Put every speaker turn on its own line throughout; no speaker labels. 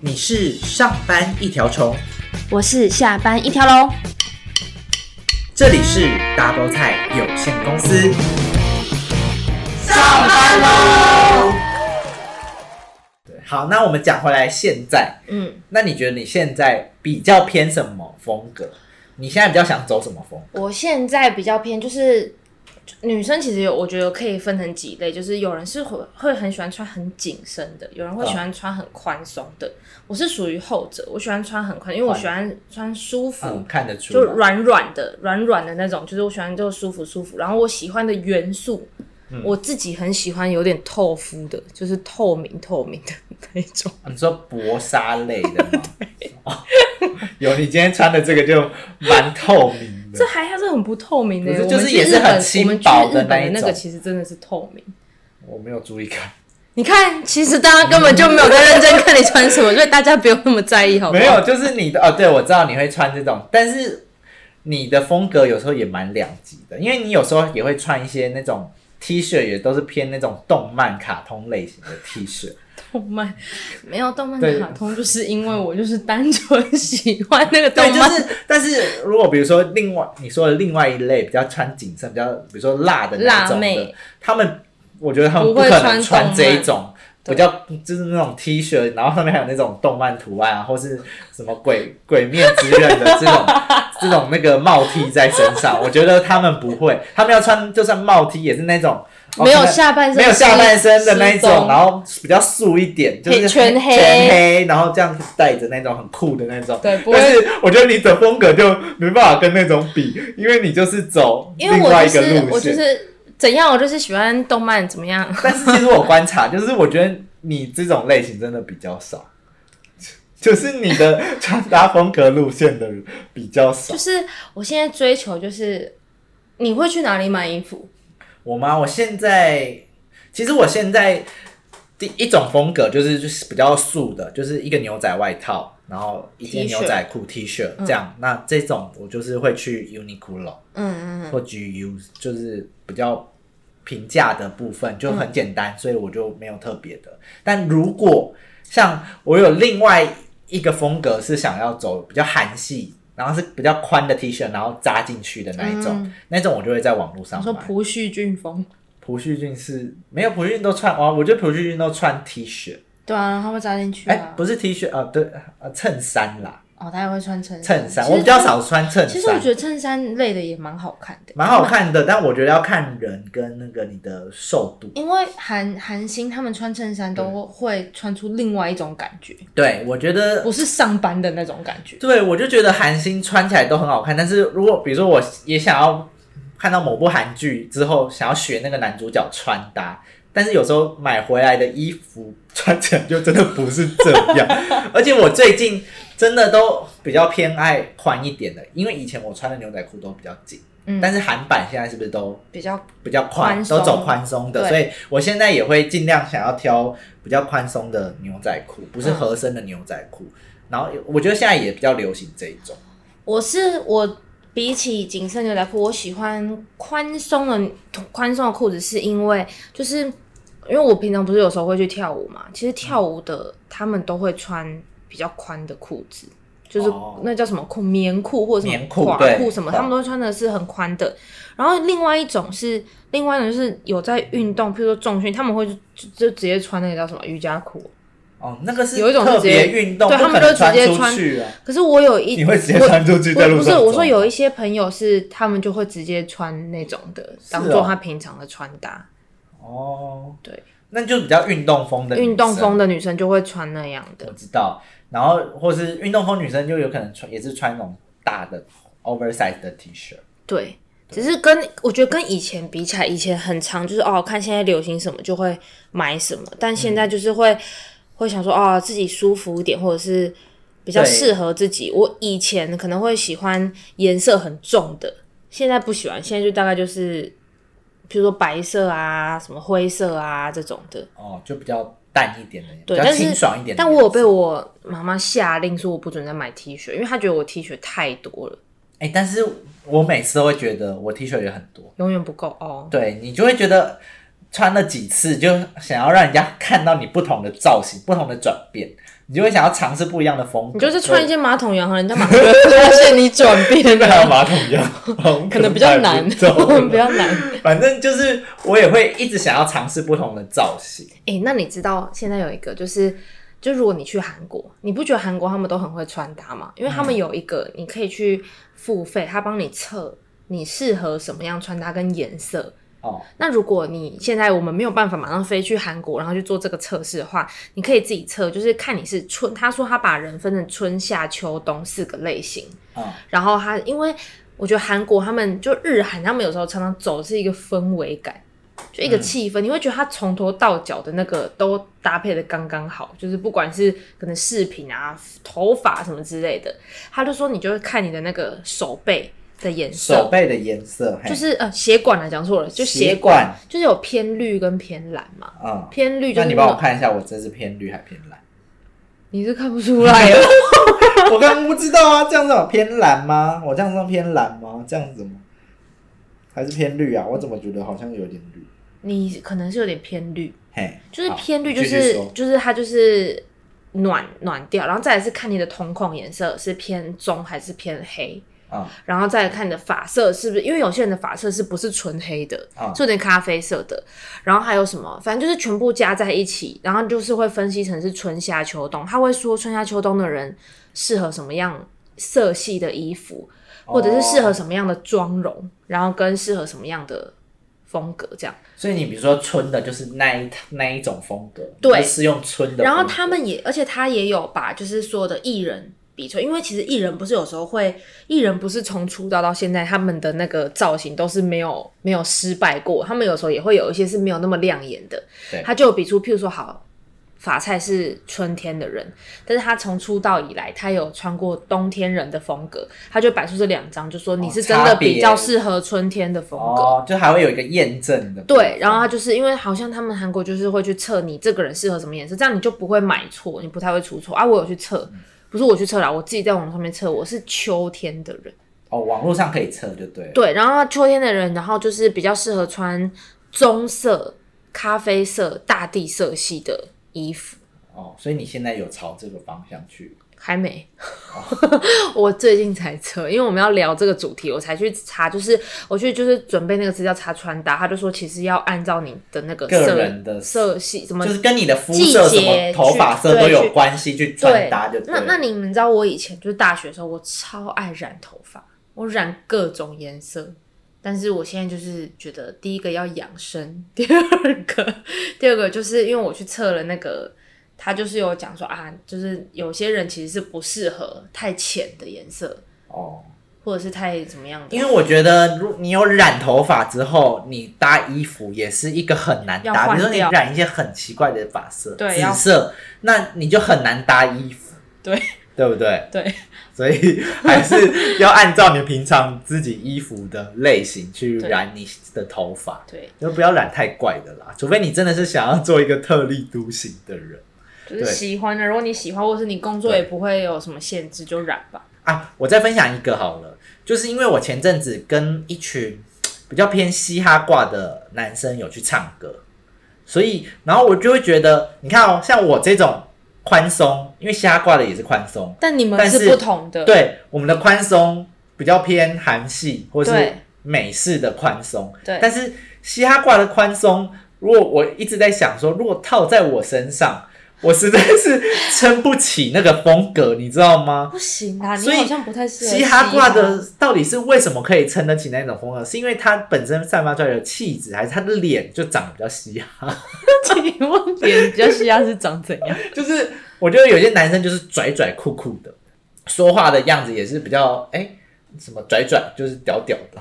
你是上班一条虫，
我是下班一条龙。
这里是 Double 菜有限公司。
上班喽！
对，好，那我们讲回来，现在，
嗯，
那你觉得你现在比较偏什么风格？你现在比较想走什么风？
我现在比较偏就是女生，其实有我觉得可以分成几类，就是有人是会会很喜欢穿很紧身的，有人会
嗯
喜欢穿很宽松的。我是属于后者，我喜欢穿很宽，因为我
宽
喜欢穿舒服。
嗯，看得出
就
来，
软软的、软软的那种，就是我喜欢就舒服舒服。然后我喜欢的元素，我自己很喜欢有点透肤的，就是透明透明的那一种。
你说薄纱类的 吗？哦有，你今天穿的这个就蛮透明的
这。还它是很不透明的
不
耶，
是
我
就
们
是
去
也是
日本
很轻
我们去
薄
日
的
本
那
的
一
那个
种
其实真的是透明。
我没有注意看，
你看，其实大家根本就没有在认真看你穿什么，所以大家不用那么在意，好不好？
没有，就是你的哦。对，我知道你会穿这种，但是你的风格有时候也蛮两极的，因为你有时候也会穿一些那种 T 恤，也都是偏那种动漫卡通类型的 T 恤。
动漫，没有动漫
对
卡通，就是因为我就是单纯喜欢那个动
对，就
漫。
是，但是如果比如说另外你说的另外一类比较穿紧身、比较比如说辣的那
辣
种的
妹，
他们我觉得他们
不
不
会
可能
穿动
穿
漫
这一种。比
对
较就是那种 T 恤，然后上面还有那种动漫图案啊，或是什么鬼 鬼面之刃的这种 这种那个帽 T 在身上，我觉得他们不会，他们要穿就算帽 T 也是那种哦
没有
可能
下半身
没有下半身的那一
失踪
种，然后比较素一点，就是
黑全黑
全黑，然后这样带着那种很酷的那种，
对不会
但是我觉得你的风格就没办法跟那种比，因为你就是走
因为
另
我
外一
就
个路
是
线。
我就是怎样，我就是喜欢动漫怎 么样。
但是其实我观察，就是我觉得你这种类型真的比较少，就是你的穿搭风格路线的人比较少
就。是我现在追求就是，你会去哪里买衣服？
我吗？我现在其实我现在第一种风格就是就是比较素的，就是一个牛仔外套，然后一件
T 恤
牛仔裤、T 恤这样。那这种我就是会去 Uniqlo
嗯嗯嗯，
或 GU，就是比较平价的部分，就很简单，所以我就没有特别的。但如果像我有另外一个风格是想要走比较韩系。然后是比较宽的 T 恤，然后扎进去的那一种，那种我就会在网络上买。
我说朴叙俊风，
朴叙俊是没有朴叙俊都穿哦，我觉得朴叙俊都穿 T 恤，
对啊，然后会扎进去
哎、
啊。
不是 T 恤啊、呃对，呃，衬衫啦，
哦，他也会穿衬
衬衫，
其实
我比较少穿衬
其实我
衫
觉，得衬衫类的也蛮好看的，
蛮好看的，但我觉得要看人跟那个你的瘦度。
因为韩韩星他们穿衬衫都会穿出另外一种感觉，
对，我觉得
不是上班的那种感觉。
对，我就觉得韩星穿起来都很好看，但是如果比如说我也想要看到某部韩剧之后，想要学那个男主角穿搭，但是有时候买回来的衣服穿起来就真的不是这样，而且我最近真的都比较偏爱宽一点的，因为以前我穿的牛仔裤都比较紧，
嗯
但是韩版现在是不是都
比较
比较宽，
宽松
都走宽松的，
对
所以我现在也会尽量想要挑比较宽松的牛仔裤，不是合身的牛仔裤。
嗯
然后我觉得现在也比较流行这一种，
我是我比起紧身牛仔裤，我喜欢宽松的宽松的裤子，是因为就是因为我平常不是有时候会去跳舞嘛，其实跳舞的他们都会穿比较宽的裤子。就是
哦
那叫什么裤，棉裤或者什么
棉裤
垮
对
裤什么，
垮
他们都会穿的是很宽的。然后另外一种是，另外一种就是有在运动，譬如说重训，他们会就就就直接穿那个叫什么瑜伽裤。
哦，那个是
有一种
特
是直接
别运动，
对
不
他
可
们
能
就直接
出
穿
去啊。
可是我有一
你会直接
我
穿出去
不
在路上
不是，
走
我说
吗
有一些朋友是他们就会直接穿那种的，
啊
当做他平常的穿搭。
哦，
对，
那就比较运动风的
运动风
的，
的女生就会穿那样
我
的。
知道。然后或是运动风女生就有可能穿，也是穿那种大的 oversize 的 T 恤。
对，只是跟我觉得跟以前比起来，以前很长就是哦，看现在流行什么就会买什么，但现在就是会、会想说
嗯
哦，自己舒服一点，或者是比较
对
适合自己。我以前可能会喜欢颜色很重的，现在不喜欢，现在就大概就是。比如说白色啊，什么灰色啊这种的，
哦，就比较淡一点的，比
对
较
但是
清爽一点的颜色。
但我有被我妈妈下令说我不准再买 T 恤，因为她觉得我 T 恤太多了，
哎、但是我每次都会觉得我 T 恤也很多。
永远不够哦。
对你就会觉得穿了几次，就想要让人家看到你不同的造型、不同的转变，你就会想要尝试不一样的风格。
你就是穿一件马桶洋，人家马上就会发现你转变
对啊像
了，
马桶一样，
可能比较 难， 比较难。
反正就是我也会一直想要尝试不同的造型。
哎、那你知道现在有一个就是，就如果你去韩国，你不觉得韩国他们都很会穿搭吗？因为
嗯
他们有一个你可以去付费，他帮你测你适合什么样穿搭跟颜色。
哦，
那如果你现在我们没有办法马上飞去韩国，然后去做这个测试的话，你可以自己测，就是看你是春，他说他把人分成春夏秋冬四个类型，
嗯，
然后他因为我觉得韩国他们就日韩，他们有时候常常走的是一个氛围感，就一
嗯
个气氛，你会觉得他从头到脚的那个都搭配的刚刚好，就是不管是可能饰品啊、头发什么之类的，他就说你就会看你的那个手背的颜色，
手背的颜色，嘿
就是呃血管啊，讲错了，就
血
血
管
管就是有偏绿跟偏蓝嘛，
嗯。
偏绿就
那
是
你
那
帮我
种
看一下，我这是偏绿还偏蓝？
你是看不出来的，
我刚刚不知道啊，这样子有偏蓝吗？哦我这样算偏蓝吗？这样子吗？还是偏绿啊？我怎么觉得好像有点绿？
你可能是有点偏绿，
嘿，
就是
好
偏绿，
你
就
继续
是
说
就是它就是暖暖调，然后再来是看你的瞳孔颜色是偏棕还是偏黑，
啊
然后再来看你的发色是不是，因为有些人的发色是不是纯黑的，
啊
是有点咖啡色的，然后还有什么，反正就是全部加在一起，然后就是会分析成是春夏秋冬，他会说春夏秋冬的人适合什么样色系的衣服，或者是适合什么样的妆容，然后跟适合什么样的风格这样。
所以你比如说春的，就是那一那一种风格，
对
你就是用春的风格。
然后他们也，而且他也有把就是所有的艺人比出来，因为其实艺人不是有时候会，艺人不是从出道到现在，他们的那个造型都是没有没有失败过，他们有时候也会有一些是没有那么亮眼的
对，
他就有比出，譬如说好。法菜是春天的人，但是他从出道以来，他有穿过冬天人的风格，他就摆出这两张，就说你是真
哦差
的
别
比较适合春天的风格。
哦，就还会有一个验证的。
对，然后他就是因为好像他们韩国就是会去测你这个人适合什么颜色，这样你就不会买错，你不太会出错啊。我有去测，
嗯
不是我去测啦，我自己在网上面测，我是秋天的人。
哦，网络上可以测就对了。
对，然后秋天的人，然后就是比较适合穿棕色、咖啡色、大地色系的衣服。
哦，所以你现在有朝这个方向去。
还没，
哦
我最近才测，因为我们要聊这个主题，我才去查，就是我去就是准备那个资料查穿搭，他就说其实要按照你的那个
个
色
人的
色系什么
就是跟你的肤
季
色、
节
什么头发
去
色都
对
有
去
关系，去穿
对，
搭就对
那
了。
那你们知道我以前就是大学的时候，我超爱染头发，我染各种颜色。但是我现在就是觉得，第一个要养生， 第二个，第二个就是因为我去测了那个，他就是有讲说啊，就是有些人其实是不适合太浅的颜色，
哦，
或者是太怎么样的，
因为我觉得，如你有染头发之后，你搭衣服也是一个很难
要
搭。比
换
如说你
掉
染一些很奇怪的发色，
对
紫
要
色，那你就很难搭衣服，
对
对不对？
对，
所以还是要按照你平常自己衣服的类型去
对
染你的头发，
对，
就不要染太怪的啦。除非你真的是想要做一个特立独行的人。
就是
对
喜欢的。如果你喜欢，或是你工作也不会有什么限制，就染吧。
啊，我再分享一个好了，就是因为我前阵子跟一群比较偏嘻哈挂的男生有去唱歌，所以然后我就会觉得，你看哦，像我这种宽松，因为嘻哈挂的也是宽松，
但你们
但是
是不同的，
对我们的宽松比较偏韩系或是
对
美式的宽松，
对
但是嘻哈挂的宽松，如果我一直在想说，如果套在我身上，我实在是撑不起那个风格，你知道吗？
不行啊，你
所以
好像不太适合
嘻哈挂的到底是为什么可以撑得起那种风格？是因为他本身散发出来的气质，还是他的脸就长得比较嘻 哈？
请问脸比较嘻哈是长怎 样？
就是我觉得有些男生就是拽拽酷酷的，说话的样子也是比较哎、什么拽拽，就是屌屌 的，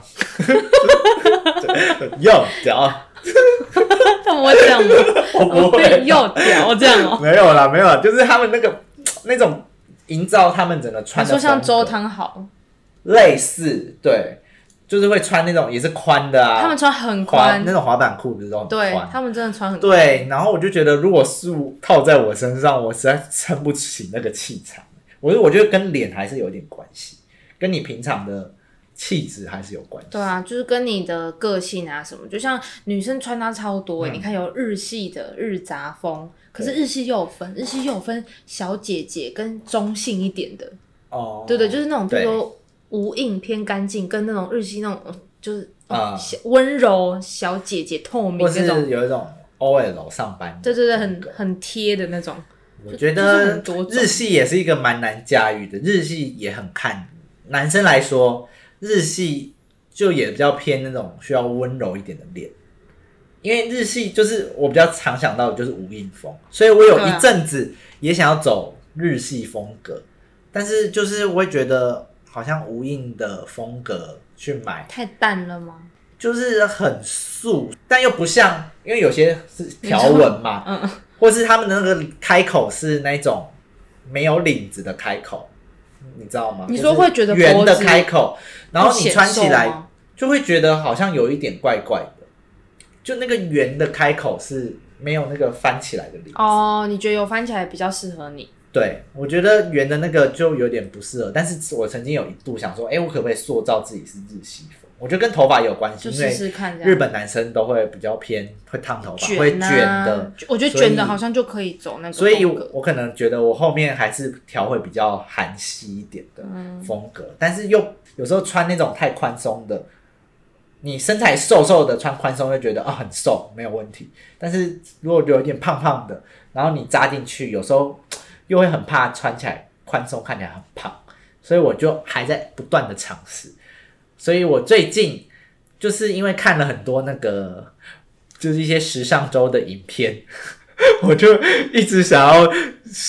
又屌，
怎么这样吗？
我不会
又屌这样哦、
没有啦，没有啦，就是他们那个那种营造他们整个
你
穿的
说像
风格
周汤好，
类似，对，就是会穿那种也是宽的啊，
他们穿很
滑
宽
那，种滑板裤不是都很
对
宽？
他们真的穿很宽。
对，然后我就觉得，如果是套在我身上，我实在撑不起那个气场。我我觉得跟脸还是有点关系，跟你平常的气质还是有关系。
对啊，就是跟你的个性啊什么，就像女生穿搭超多、
嗯
欸，你看有日系的日杂风，可是日系又有分，日系又有分小姐姐跟中性一点的，
哦，
对对，就是那种比
对
如说无印偏干净，跟那种日系那种呃就是
啊
哦小温柔小姐姐透明
或
那种
是，有一种 OL 上班，
对对对，很很贴的那种。
我觉
就是
得
很多种
日系也是一个蛮难驾驭的，日系也很看男生来说，日系就也比较偏那种需要温柔一点的脸，因为日系就是我比较常想到的就是无印风，所以我有
对啊
一阵子也想要走日系风格，但是就是我会觉得好像无印的风格去买
太淡了吗？
就是很素，但又不像，因为有些是条纹嘛，
嗯，
或是他们的那个开口是那种没有领子的开口，你知道吗？
你
就
说
是
会觉得
圆
脖
的
子
开口，然后
不
你
显
穿起
瘦
来
吗
就会觉得好像有一点怪怪的，就那个圆的开口是没有那个翻起来的领子。
哦，你觉得有翻起来比较适合你？
对，我觉得圆的那个就有点不适合，但是我曾经有一度想说，哎，我可不可以塑造自己是日系风？我觉得跟头发也有关系，
就
因
试
为
试看这样。
日本男生都会比较偏会烫头发，
卷、啊、
会卷的，
我觉得
所以
卷的好像就可以走那个
所以
风
我
格。
我可能觉得我后面还是调会比较韩系一点的
嗯
风格，但是又有时候穿那种太宽松的，你身材瘦瘦的穿宽松会觉得啊、很瘦没有问题，但是如果有一点胖胖的，然后你扎进去，有时候又会很怕穿起来宽松看起来很胖，所以我就还在不断的尝试，所以我最近就是因为看了很多那个就是一些时尚周的影片。我就一直想要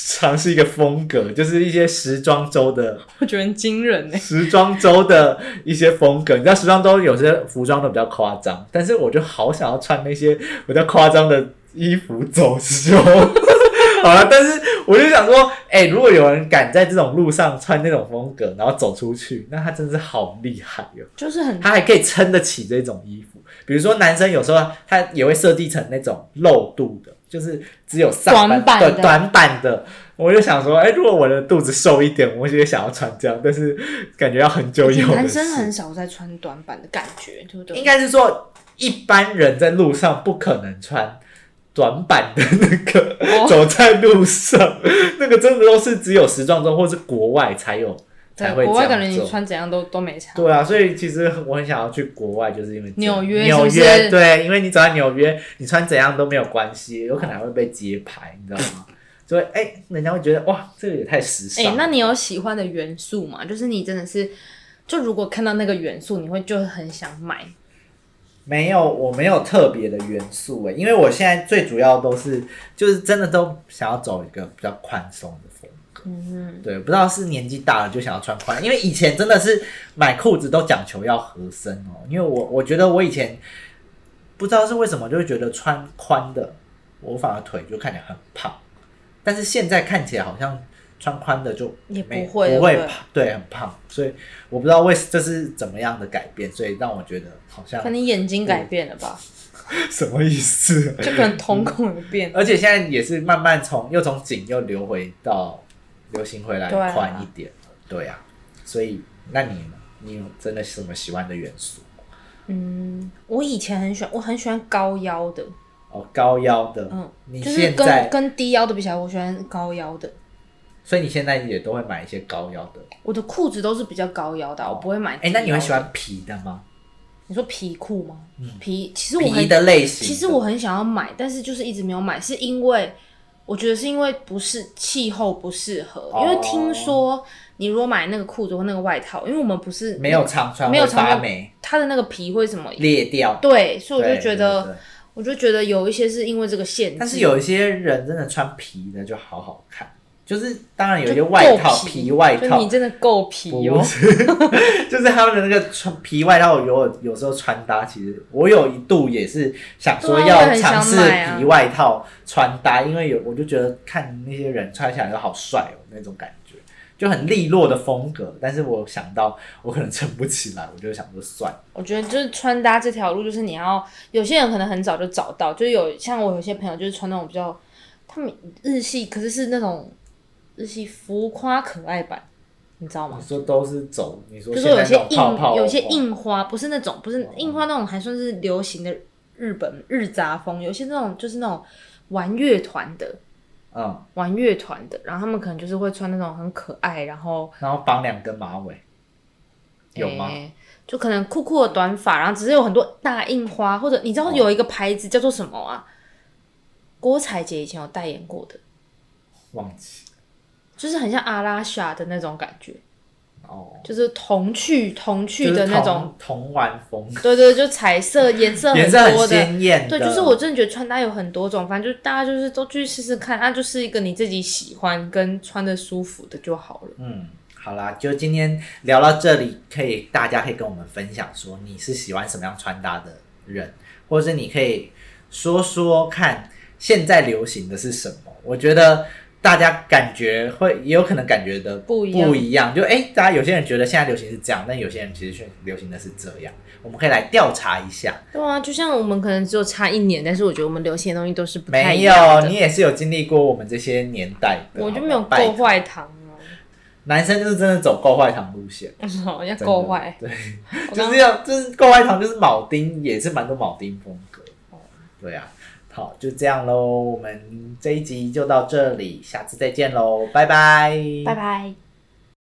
尝试一个风格，就是一些时装周的
我觉得很惊人欸呢、
时装周的一些风格。你知道时装周有些服装都比较夸张，但是我就好想要穿那些比较夸张的衣服走秀。 好了，但是我就想说，哎、如果有人敢在这种路上穿那种风格，然后走出去，那他真是好厉害哦哟、
就是很
他还可以撑得起这种衣服。比如说男生有时候他也会设计成那种露肚的，就是只有上半
短版
对
的
短版的。我就想说，哎、如果我的肚子瘦一点，我也想要穿这样，但是感觉要很久以后的
男
事。
生很少在穿短版的感觉，对不对？
应该是说，一般人在路上不可能穿短版的那个，
哦
走在路上那个真的都是只有时装周或是国外才有才会这样
对，
做。
国外感觉你穿怎样都都没差。
对啊，所以其实我很想要去国外，就是因为这样
纽约
纽
是不
约
是
对，因为你走在纽约，你穿怎样都没有关系，有可能还会被街拍，你知道吗？ 所以哎、人家会觉得哇，这个也太时
哎、
尚了。
那你有喜欢的元素吗？就是你真的是，就如果看到那个元素，你会就很想买。
没有，我没有特别的元素哎，因为我现在最主要都是就是真的都想要走一个比较宽松的风格。
嗯，
对，不知道是年纪大了就想要穿宽，因为以前真的是买裤子都讲求要合身哦，因为我我觉得我以前不知道是为什么就会觉得穿宽的，我反而腿就看起来很胖，但是现在看起来好像穿宽的就
也
没
不会
不
对
会
不对
胖，对，很胖，所以我不知道为这是怎么样的改变，所以让我觉得好像
可能眼睛改变了吧，
什么意思？
就可能瞳孔有变。
而且现在也是慢慢从又从紧又流回到流行回来
对啊
宽一点了，对啊，所以那你呢？你有真的什么喜欢的元素？
嗯，我以前很喜欢，我很喜欢高腰的，
哦，高腰的，
嗯，
你
就是
现在
跟，跟低腰的比起来，我喜欢高腰的。
所以你现在也都会买一些高腰的。
我的裤子都是比较高腰的啊，我不会买。
哎、那你会喜？欢皮的吗？
你说皮裤吗？皮其实我
皮
很，
的类型的
啊其实我很想要买，但是就是一直没有买，是因为我觉得是因为不是气候不适合，
哦
因为听说你如果买那个裤子或那个外套，因为我们不是
没有常穿，
没有
会发
常
霉、
它的那个皮会什么，
裂掉。
对，所以我
对
就觉
对对
得，
对
我就觉得有一些是因为这个限制，
但是有一些人真的穿皮的就好好看，就是当然有一些
就够
外套
皮
皮外
就
套，
你真的够皮
不
哦，
是， 就是他们的那个穿皮外套有有时候穿搭，其实我有一度也是想说
对啊我也
要
很想
尝试
买啊
皮外套穿搭，因为有我就觉得看那些人穿起来都好帅哦，那种感觉就很利落的风格。但是我想到我可能撑不起来，我就想说算了，
我觉得就是穿搭这条路，就是你要有些人可能很早就找到，就是有像我有些朋友就是穿那种比较，他们日系可是是那种日系浮夸可爱版，你知道吗
你？说都是走，你说
就是
现在
有些
那种嗯
印
泡啊泡
有些
花
印花，不是那种不是印花那种还算是流行的日本日杂风，有些那种就是那种玩乐团的
嗯，
玩乐团的，然后他们可能就是会穿那种很可爱，然后
然后绑两根马尾，有吗？
诶就可能酷酷的短发，然后只是有很多大印花，或者你知道有一个牌子叫做什么啊？郭采洁以前有代言过的，
忘记
就是很像阿拉莎的那种感觉，
哦，
就是童趣童趣
就是
的那
童
种，
童玩风，
对对，就彩色颜色
颜
很
色
多
很
的，
鲜艳的。
对，就是我真的觉得穿搭有很多种，反正就是大家就是都去试试看，它啊就是一个你自己喜欢跟穿的舒服的就好了。
嗯，好啦，就今天聊到这里，可以大家可以跟我们分享说你是喜欢什么样穿搭的人，或者是你可以说说看现在流行的是什么。我觉得大家感觉会也有可能感觉的
不一样
不一样，就哎、诶大家有些人觉得现在流行是这样，但有些人其实却流行的是这样。我们可以来调查一下。
对啊，就像我们可能只有差一年，但是我觉得我们流行的东西都是不太一
没
样
有，
的。
你也是有经历过我们这些年代的，
我就没有
好吧拜
够
托
坏糖啊，
男生就是真的走够坏糖路线。
我 操，哦要
真的
够坏，
对，
我
就
刚
是要就是购外堂就是铆钉，也是蛮多铆钉风格。
哦
对啊，好，就这样喽，我们这一集就到这里，下次再见喽，拜拜，
拜拜。